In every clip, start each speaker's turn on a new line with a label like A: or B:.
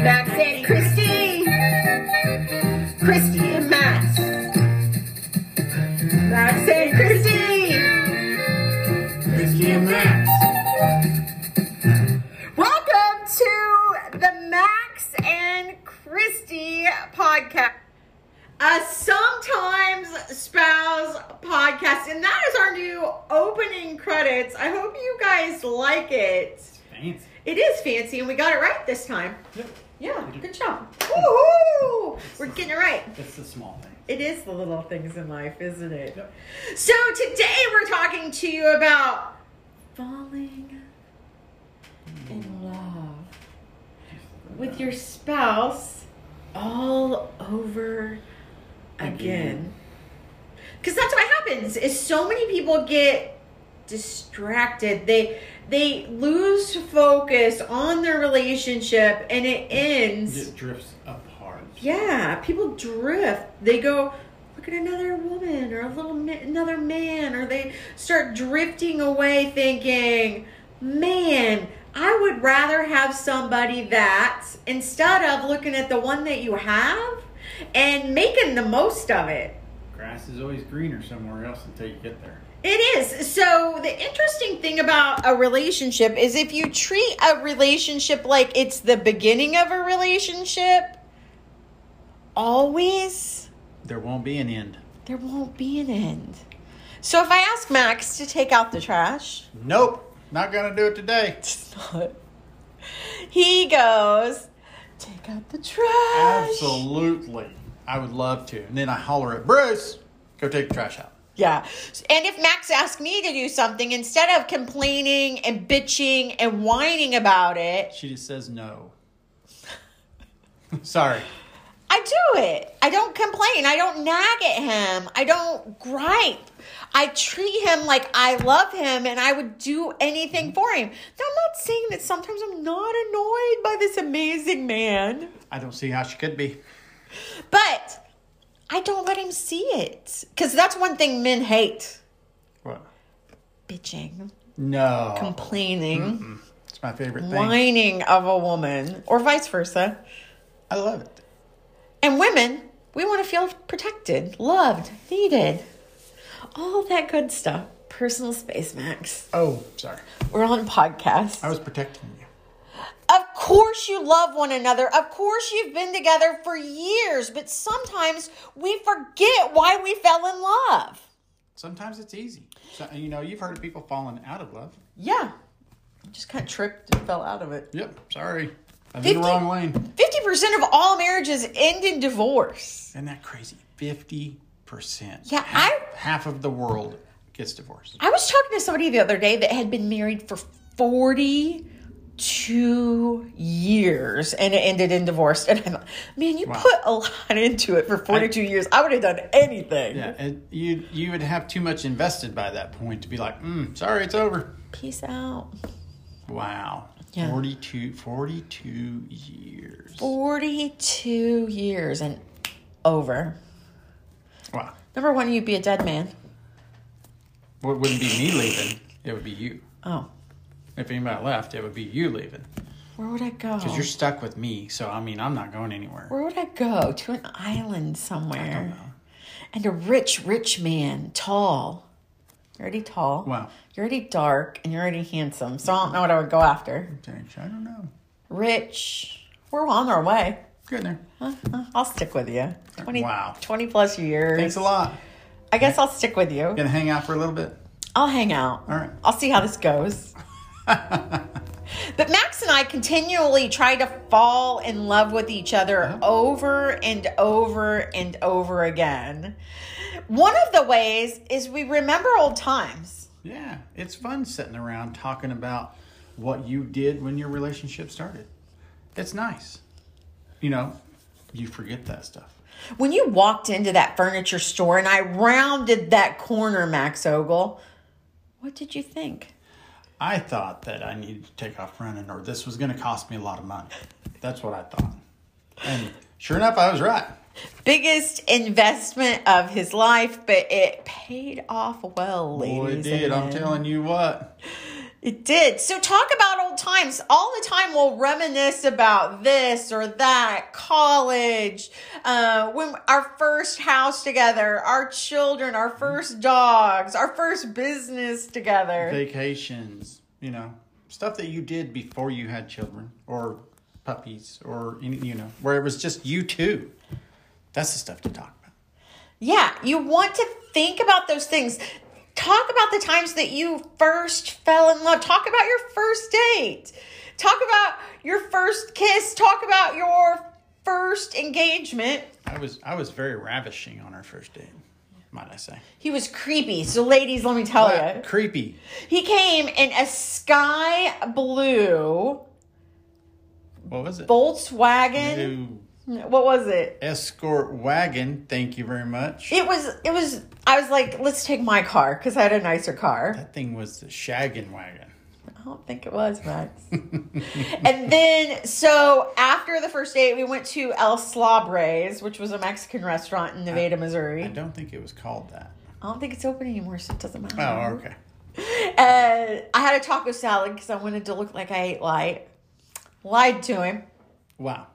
A: Max and Christy. Christy and Max. Max and Christy.
B: Christy and Max.
A: Welcome to the Max and Christy podcast. A sometimes spouse podcast, and that is our new opening credits. I hope you guys like it.
B: Fancy.
A: It is fancy, and we got it right this time.
B: Yep.
A: Yeah,
B: We did.
A: good job. Woohoo! We're getting it right.
B: It's the small thing.
A: It is the little things in life, isn't it?
B: Yep.
A: So today we're talking to you about falling in love with your spouse all over again.
B: Again.
A: Cuz that's what happens. Is so many people get distracted. They they lose focus on their relationship and it ends.
B: It drifts apart.
A: Yeah, people drift. They go look at another woman or a little ma- another man, or they start drifting away, thinking, "Man, I would rather have somebody that instead of looking at the one that you have and making the most of it."
B: Grass is always greener somewhere else until you get there.
A: It is. So, the interesting thing about a relationship is if you treat a relationship like it's the beginning of a relationship, always
B: There won't be an end.
A: there won't be an end. So if I ask Max to take out the trash,
B: Nope. Not gonna do it today.
A: it's not. He goes, take out the trash.
B: Absolutely. I would love to. And then I holler at Bruce, go take the trash out.
A: Yeah. And if Max asked me to do something, instead of complaining and bitching and whining about it,
B: She just says no. Sorry.
A: I do it. I don't complain. I don't nag at him. I don't gripe. I treat him like I love him and I would do anything for him. Now, I'm not saying that sometimes I'm not annoyed by this amazing man,
B: I don't see how she could be.
A: but I don't let him see it. Because that's one thing men hate
B: What?
A: bitching,
B: No.
A: complaining,
B: it's my favorite thing.
A: whining of a woman, or vice versa.
B: I love it.
A: And women, we want to feel protected, loved, needed. All that good stuff. Personal space, Max.
B: Oh, sorry.
A: We're on podcast.
B: I was protecting you.
A: Of course, you love one another. Of course, you've been together for years, but sometimes we forget why we fell in love.
B: Sometimes it's easy. So, you know, you've heard of people falling out of love.
A: Yeah. I just kind of tripped and fell out of it.
B: Yep. Sorry. I'm in the
A: Fifty-
B: wrong lane.
A: 50% of all marriages end in divorce.
B: Isn't that crazy? 50%.
A: Yeah,
B: half,
A: I-
B: half of the world gets divorced.
A: I was talking to somebody the other day that had been married for 42 years and it ended in divorce. And I'm like, man, you put a lot into it for 42 years. I would have done anything.
B: Yeah, and you you would have too much invested by that point to be like, mm, sorry, it's over.
A: Peace out.
B: Wow.
A: Yeah.
B: 42, 42 years.
A: 42 years and over.
B: Wow.
A: Number one, you'd be a dead man.
B: Well, it wouldn't be me leaving. It would be you.
A: Oh,
B: If anybody left, it would be you leaving.
A: where would I go?
B: Because you're stuck with me. So, I mean, I'm not going anywhere.
A: Where would I go? To an island somewhere. And a rich, rich man, tall. You're already tall.
B: Wow.
A: You're already dark and you're already handsome. So I don't know what I would go after.
B: I don't know.
A: Rich. We're on our way.
B: Good there.
A: Huh, huh, I'll stick with you. 20,
B: Wow.
A: 20 plus years.
B: Thanks a lot.
A: I guess I'll stick with you.
B: Gonna hang out for a little bit.
A: I'll hang out.
B: All right.
A: I'll see how this goes. but Max and I continually try to fall in love with each other over and over and over again. One of the ways is we remember old times.
B: Yeah, it's fun sitting around talking about what you did when your relationship started. It's nice. You know, you forget that stuff.
A: When you walked into that furniture store and I rounded that corner, Max Ogle, what did you think?
B: I thought that I needed to take off running or this was gonna cost me a lot of money. That's what I thought. And sure enough, I was right.
A: Biggest investment of his life, but it paid off well, ladies.
B: Boy,
A: and
B: it did. I'm
A: men.
B: telling you what.
A: It did. So talk about old times. All the time we'll reminisce about this or that, college, uh, when our first house together, our children, our first dogs, our first business together.
B: Vacations, you know, stuff that you did before you had children or puppies or any, you know, where it was just you two. That's the stuff to talk about.
A: Yeah, you want to think about those things. Talk about the times that you first fell in love. Talk about your first date. Talk about your first kiss. Talk about your first engagement.
B: I was I was very ravishing on our first date, might I say?
A: He was creepy. So, ladies, let me tell
B: But
A: you.
B: Creepy.
A: He came in a sky blue
B: What was it?
A: Volkswagen.
B: New
A: What was it?
B: escort wagon. Thank you very much.
A: It was, it was, I was like, let's take my car because I had a nicer car.
B: That thing was the shaggin' wagon.
A: I don't think it was Max. and then, so after the first date, we went to El Slabres, which was a Mexican restaurant in Nevada, Missouri.
B: I
A: I
B: don't think it was called that.
A: don't think it's open anymore, so it doesn't matter.
B: Oh, okay.
A: Uh, I had a taco salad because I wanted to look like I ate light. Lied to him.
B: Wow.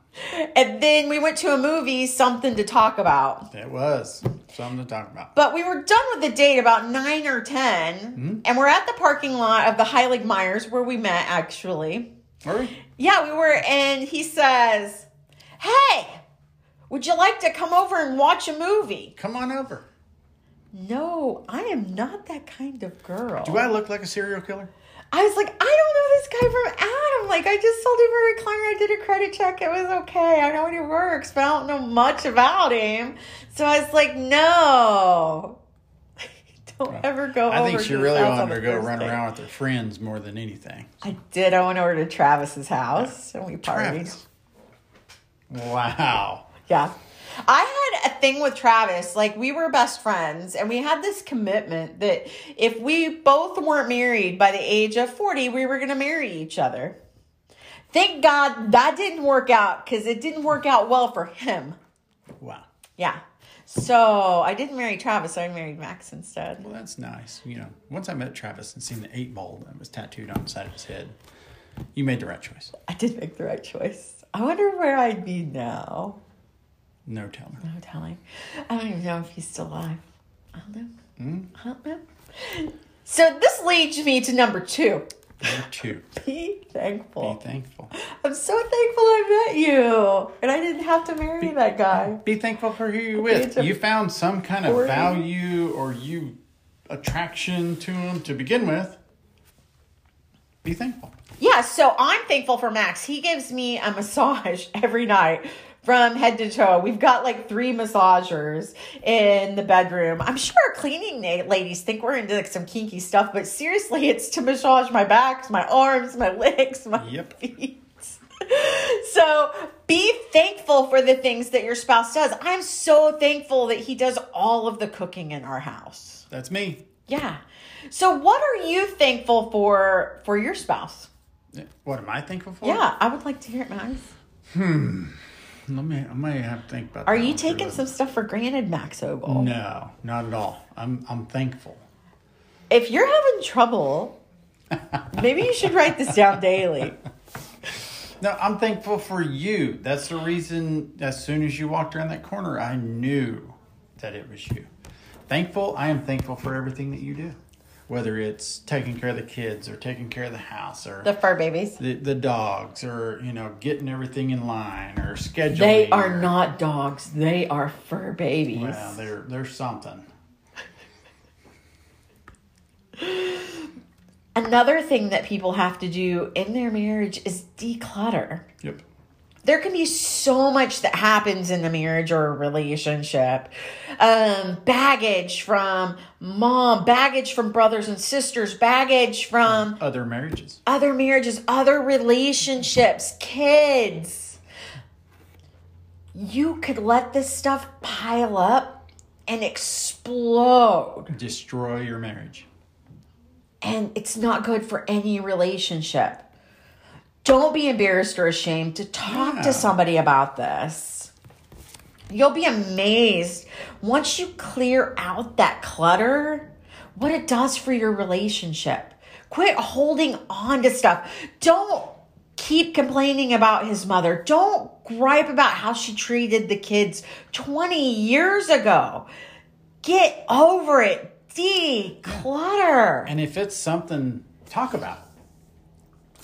A: And then we went to a movie, something to talk about.
B: It was something to talk about.
A: But we were done with the date about nine or 10, and we're at the parking lot of the Heilig Myers where we met actually.
B: Were we?
A: Yeah, we were, and he says, Hey, would you like to come over and watch a movie?
B: Come on over.
A: No, I am not that kind of girl.
B: Do I look like a serial killer?
A: I was like, I don't know this guy from Adam. Like, I just sold him a recliner. I did a credit check. It was okay. I know how he works, but I don't know much about him. So I was like, no. don't ever go
B: I think
A: over
B: she
A: to his
B: really
A: house on the
B: wanted to go
A: first
B: run
A: date.
B: around with her friends more than anything.
A: I did. I went over to Travis's house and we partied.
B: Travis. Wow.
A: Yeah. I had a thing with Travis. Like, we were best friends, and we had this commitment that if we both weren't married by the age of 40, we were going to marry each other. Thank God that didn't work out because it didn't work out well for him.
B: Wow.
A: Yeah. So I didn't marry Travis, I married Max instead.
B: Well, that's nice. You know, once I met Travis and seen the eight ball that was tattooed on the side of his head, you made the right choice.
A: I did make the right choice. I wonder where I'd be now.
B: No telling.
A: No telling. I don't even know if he's still alive. I don't know.
B: Hmm?
A: I don't know. So this leads me to number two.
B: Number two,
A: Be
B: be
A: thankful.
B: thankful.
A: I'm so thankful I met you, and I didn't have to marry that guy.
B: Be thankful for who you're with.
A: It's a-
B: You found some kind of
A: Forty.
B: value or you attraction to him to begin with. Be thankful.
A: Yeah, so I'm thankful for Max. He gives me a massage every night from head to toe. We've got like three massagers in the bedroom. I'm sure our cleaning na- ladies think we're into like some kinky stuff, but seriously, it's to massage my back, my arms, my legs, my
B: Yep.
A: feet. So be thankful for the things that your spouse does. I'm so thankful that he does all of the cooking in our house.
B: That's me.
A: Yeah. So what are you thankful for for your spouse?
B: What am I thankful for?
A: Yeah, I would like to hear it, Max.
B: Let me. I may have to think about.
A: Are
B: that
A: you
B: one for a
A: taking
B: little
A: some stuff for granted, Max Ogle?
B: No, not at all. I'm I'm thankful.
A: If you're having trouble, maybe you should write this down daily.
B: No, I'm thankful for you. That's the reason. As soon as you walked around that corner, I knew that it was you. Thankful. I am thankful for everything that you do, whether it's taking care of the kids or taking care of the house or
A: The fur babies.
B: the, the dogs or you know getting everything in line or scheduling.
A: They are
B: or-
A: not dogs. They are fur babies.
B: Well, they're they're something.
A: Another thing that people have to do in their marriage is declutter.
B: Yep.
A: there can be so much that happens in the marriage or relationship um baggage from mom baggage from brothers and sisters baggage from
B: Other marriages.
A: other marriages other relationships kids you could let this stuff pile up and explode
B: Destroy your marriage.
A: and it's not good for any relationship don't be embarrassed or ashamed to talk
B: Yeah.
A: to somebody about this. You'll be amazed once you clear out that clutter, what it does for your relationship. Quit holding on to stuff. Don't keep complaining about his mother. Don't gripe about how she treated the kids 20 years ago. Get over it. Declutter.
B: And if it's something, talk about it.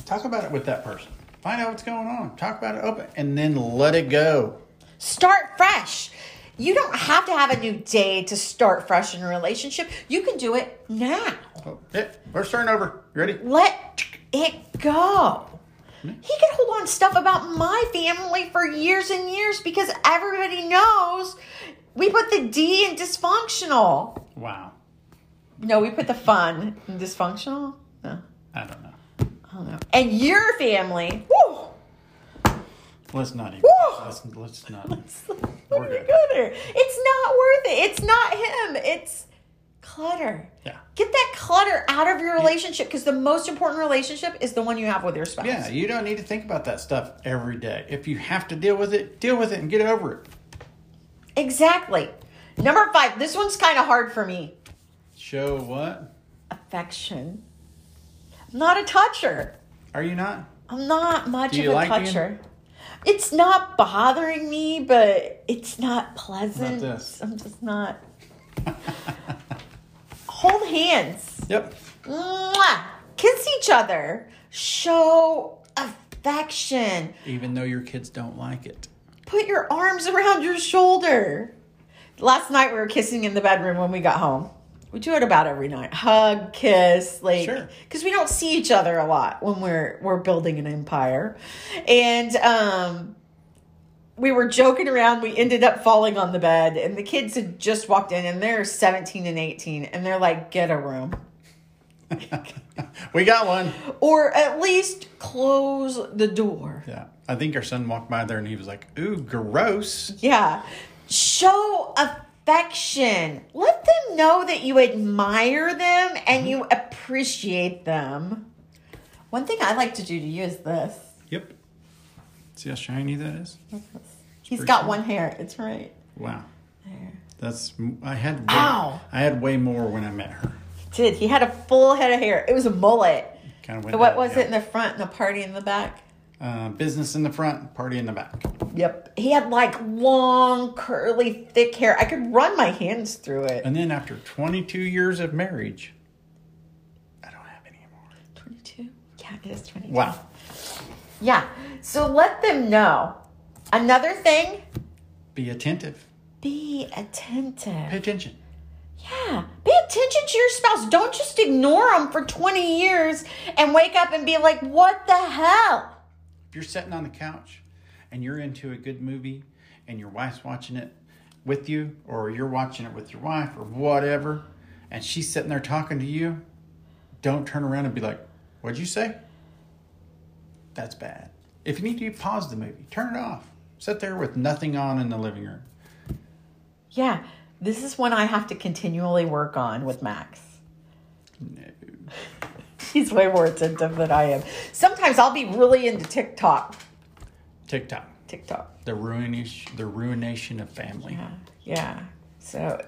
B: Talk about it with that person. Find out what's going on. Talk about it open and then let it go.
A: Start fresh. You don't have to have a new day to start fresh in a relationship. You can do it now.
B: Oh, yeah, first turnover. You ready?
A: Let it go. He could hold on to stuff about my family for years and years because everybody knows we put the D in dysfunctional.
B: Wow.
A: No, we put the fun in dysfunctional. No,
B: I don't know.
A: I don't know. And your family. Woo!
B: Let's not even. Let's, let's not.
A: What
B: We're
A: are you
B: good.
A: good It's not worth it. It's not him. It's clutter.
B: Yeah.
A: Get that clutter out of your relationship because the most important relationship is the one you have with your spouse.
B: Yeah, you don't need to think about that stuff every day. If you have to deal with it, deal with it and get over it.
A: Exactly. Number five. This one's kind of hard for me.
B: Show what?
A: affection. I'm not a toucher.
B: Are you not?
A: I'm not much
B: Do
A: of
B: you
A: a
B: like being-
A: toucher. It's not bothering me, but it's not pleasant.
B: this?
A: I'm just not. Hold hands.
B: Yep.
A: Mwah! Kiss each other. Show affection.
B: Even though your kids don't like it.
A: Put your arms around your shoulder. Last night we were kissing in the bedroom when we got home. We do it about every night. Hug, kiss, like
B: Sure.
A: because we don't see each other a lot when we're we're building an empire. And um we were joking around. We ended up falling on the bed, and the kids had just walked in, and they're 17 and 18, and they're like, get a room.
B: We got one.
A: Or at least close the door.
B: Yeah. I think our son walked by there and he was like, ooh, gross.
A: Yeah. Show affection. Let them know that you admire them and
B: Mm-hmm.
A: you appreciate them. One thing I like to do to you is this.
B: Yep. See how shiny that is?
A: He's
B: pretty
A: got
B: cool.
A: one hair. It's right.
B: Wow. That's, I had, way,
A: Ow.
B: I had way more when I met her.
A: He did. He had a full head of hair. It was a mullet.
B: Kind of went
A: But what
B: down,
A: was
B: yeah.
A: it in the front and a party in the back?
B: Uh, business in the front, party in the back.
A: Yep. He had like long, curly, thick hair. I could run my hands through it.
B: And then after 22 years of marriage, I don't have any more.
A: 22? Yeah, it is 22.
B: Wow.
A: Yeah. So let them know. Another thing
B: Be attentive.
A: Be
B: Pay
A: attentive.
B: attention.
A: Yeah. Pay attention to your spouse. Don't just ignore them for 20 years and wake up and be like, what the hell?
B: If you're sitting on the couch and you're into a good movie and your wife's watching it with you, or you're watching it with your wife, or whatever, and she's sitting there talking to you, don't turn around and be like, What'd you say? That's bad. If you need to, pause the movie, turn it off. Sit there with nothing on in the living room.
A: Yeah. This is one I have to continually work on with Max. He's way more attentive than I am. Sometimes I'll be really into TikTok.
B: TikTok.
A: TikTok.
B: The ruination, the ruination of family.
A: Yeah. Yeah. So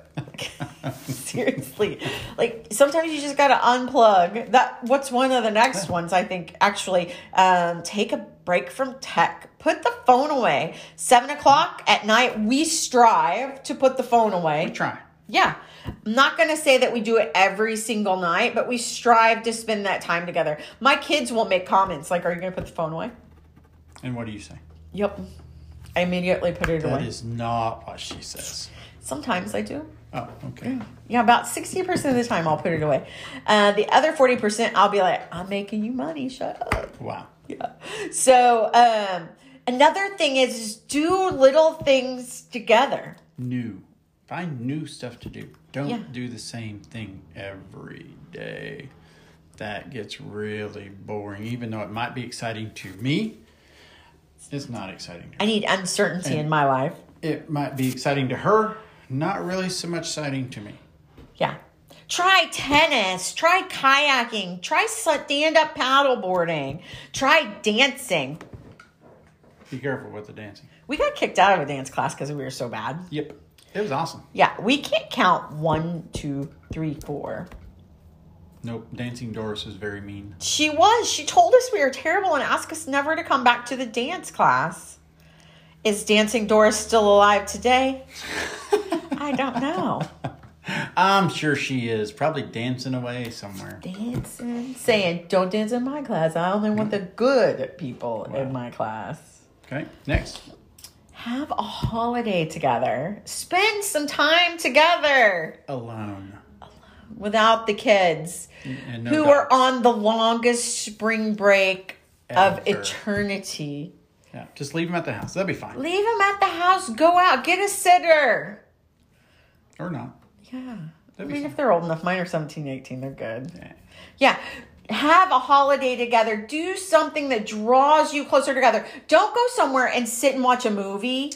A: seriously, like sometimes you just got to unplug. That what's one of the next ones I think actually um, take a break from tech. Put the phone away. Seven o'clock at night, we strive to put the phone away.
B: Try.
A: Yeah. I'm not going to say that we do it every single night, but we strive to spend that time together. My kids will make comments like, Are you going to put the phone away?
B: And what do you say?
A: Yep. I immediately put it
B: That
A: away.
B: is not what she says.
A: Sometimes I do.
B: Oh, okay.
A: Yeah, about 60% of the time I'll put it away. Uh, the other 40%, I'll be like, I'm making you money, shut up.
B: Wow.
A: Yeah. So, um, another thing is, is do little things together.
B: new. Find new stuff to do. Don't
A: Yeah.
B: do the same thing every day. That gets really boring. Even though it might be exciting to me, it's not exciting. to
A: I need uncertainty in my life.
B: It might be exciting to her, not really so much exciting to me.
A: Yeah. Try tennis, try kayaking, try stand up paddleboarding, try dancing.
B: Be careful with the dancing.
A: We got kicked out of a dance class because we were so bad.
B: Yep. It was awesome.
A: Yeah, we can't count one, two, three, four.
B: Nope. Dancing Doris is very mean.
A: She was. She told us we were terrible and asked us never to come back to the dance class. Is Dancing Doris still alive today? I don't know.
B: I'm sure she is. Probably dancing away somewhere.
A: Dancing, saying, don't dance in my class. I only want the good people in my class.
B: Okay. Next.
A: Have a holiday together. Spend some time together
B: Alone.
A: without the kids
B: And no
A: who
B: dog.
A: are on the longest spring break of
B: Ever.
A: eternity.
B: Yeah. Just leave them at the house. That'd be fine.
A: Leave them at the house. Go out. Get a sitter.
B: Or not.
A: Yeah. I
B: That'd be
A: mean,
B: fun.
A: if they're old enough, mine are 17, 18, they're good.
B: Yeah.
A: Yeah. Have a holiday together. Do something that draws you closer together. Don't go somewhere and sit and watch a movie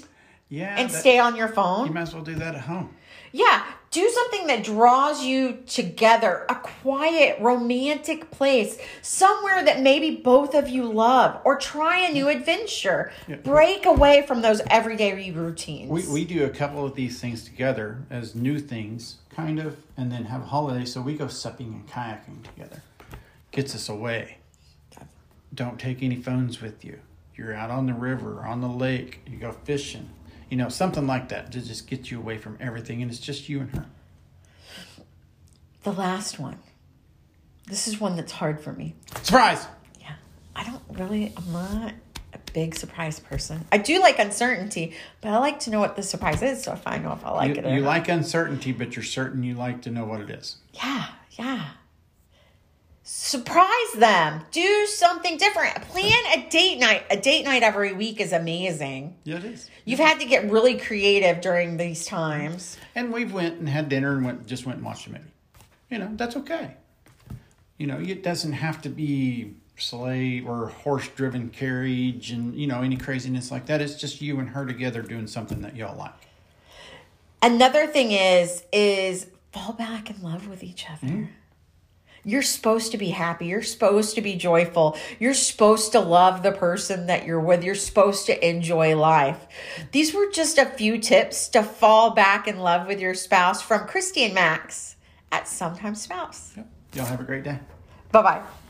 B: Yeah.
A: and
B: that-
A: stay on your
B: You
A: phone.
B: might as well do that at home.
A: Yeah. Do something that draws you together. A quiet, romantic place. Somewhere that maybe both of you love. Or try a new adventure. Break away from those everyday routines.
B: We, we do a couple of these things together as new things, kind of, and then have a holiday. So we go supping and kayaking together. Gets us away. Don't take any phones with you. You're out on the river, on the lake, you go fishing, you know, something like that to just get you away from everything. And it's just you and her.
A: the last one. This is one that's hard for me.
B: Surprise!
A: Yeah. I don't really, I'm not a big surprise person. I do like uncertainty, but I like to know what the surprise is so if I know if I like
B: You,
A: it or
B: you
A: not.
B: like uncertainty, but you're certain you like to know what it is.
A: yeah, yeah. Surprise them. Do something different. Plan a date night. A date night every week is amazing.
B: Yeah, it is.
A: You've had to get really creative during these times.
B: and we've went and had dinner and went just went and watched a movie. You know, that's okay. You know, it doesn't have to be sleigh or horse driven carriage and you know any craziness like that. It's just you and her together doing something that y'all like.
A: Another thing is is fall back in love with each other. You're supposed to be happy. You're supposed to be joyful. You're supposed to love the person that you're with. You're supposed to enjoy life. These were just a few tips to fall back in love with your spouse from Christy and Max at Sometimes Spouse.
B: Yep. Y'all have a great day.
A: Bye bye.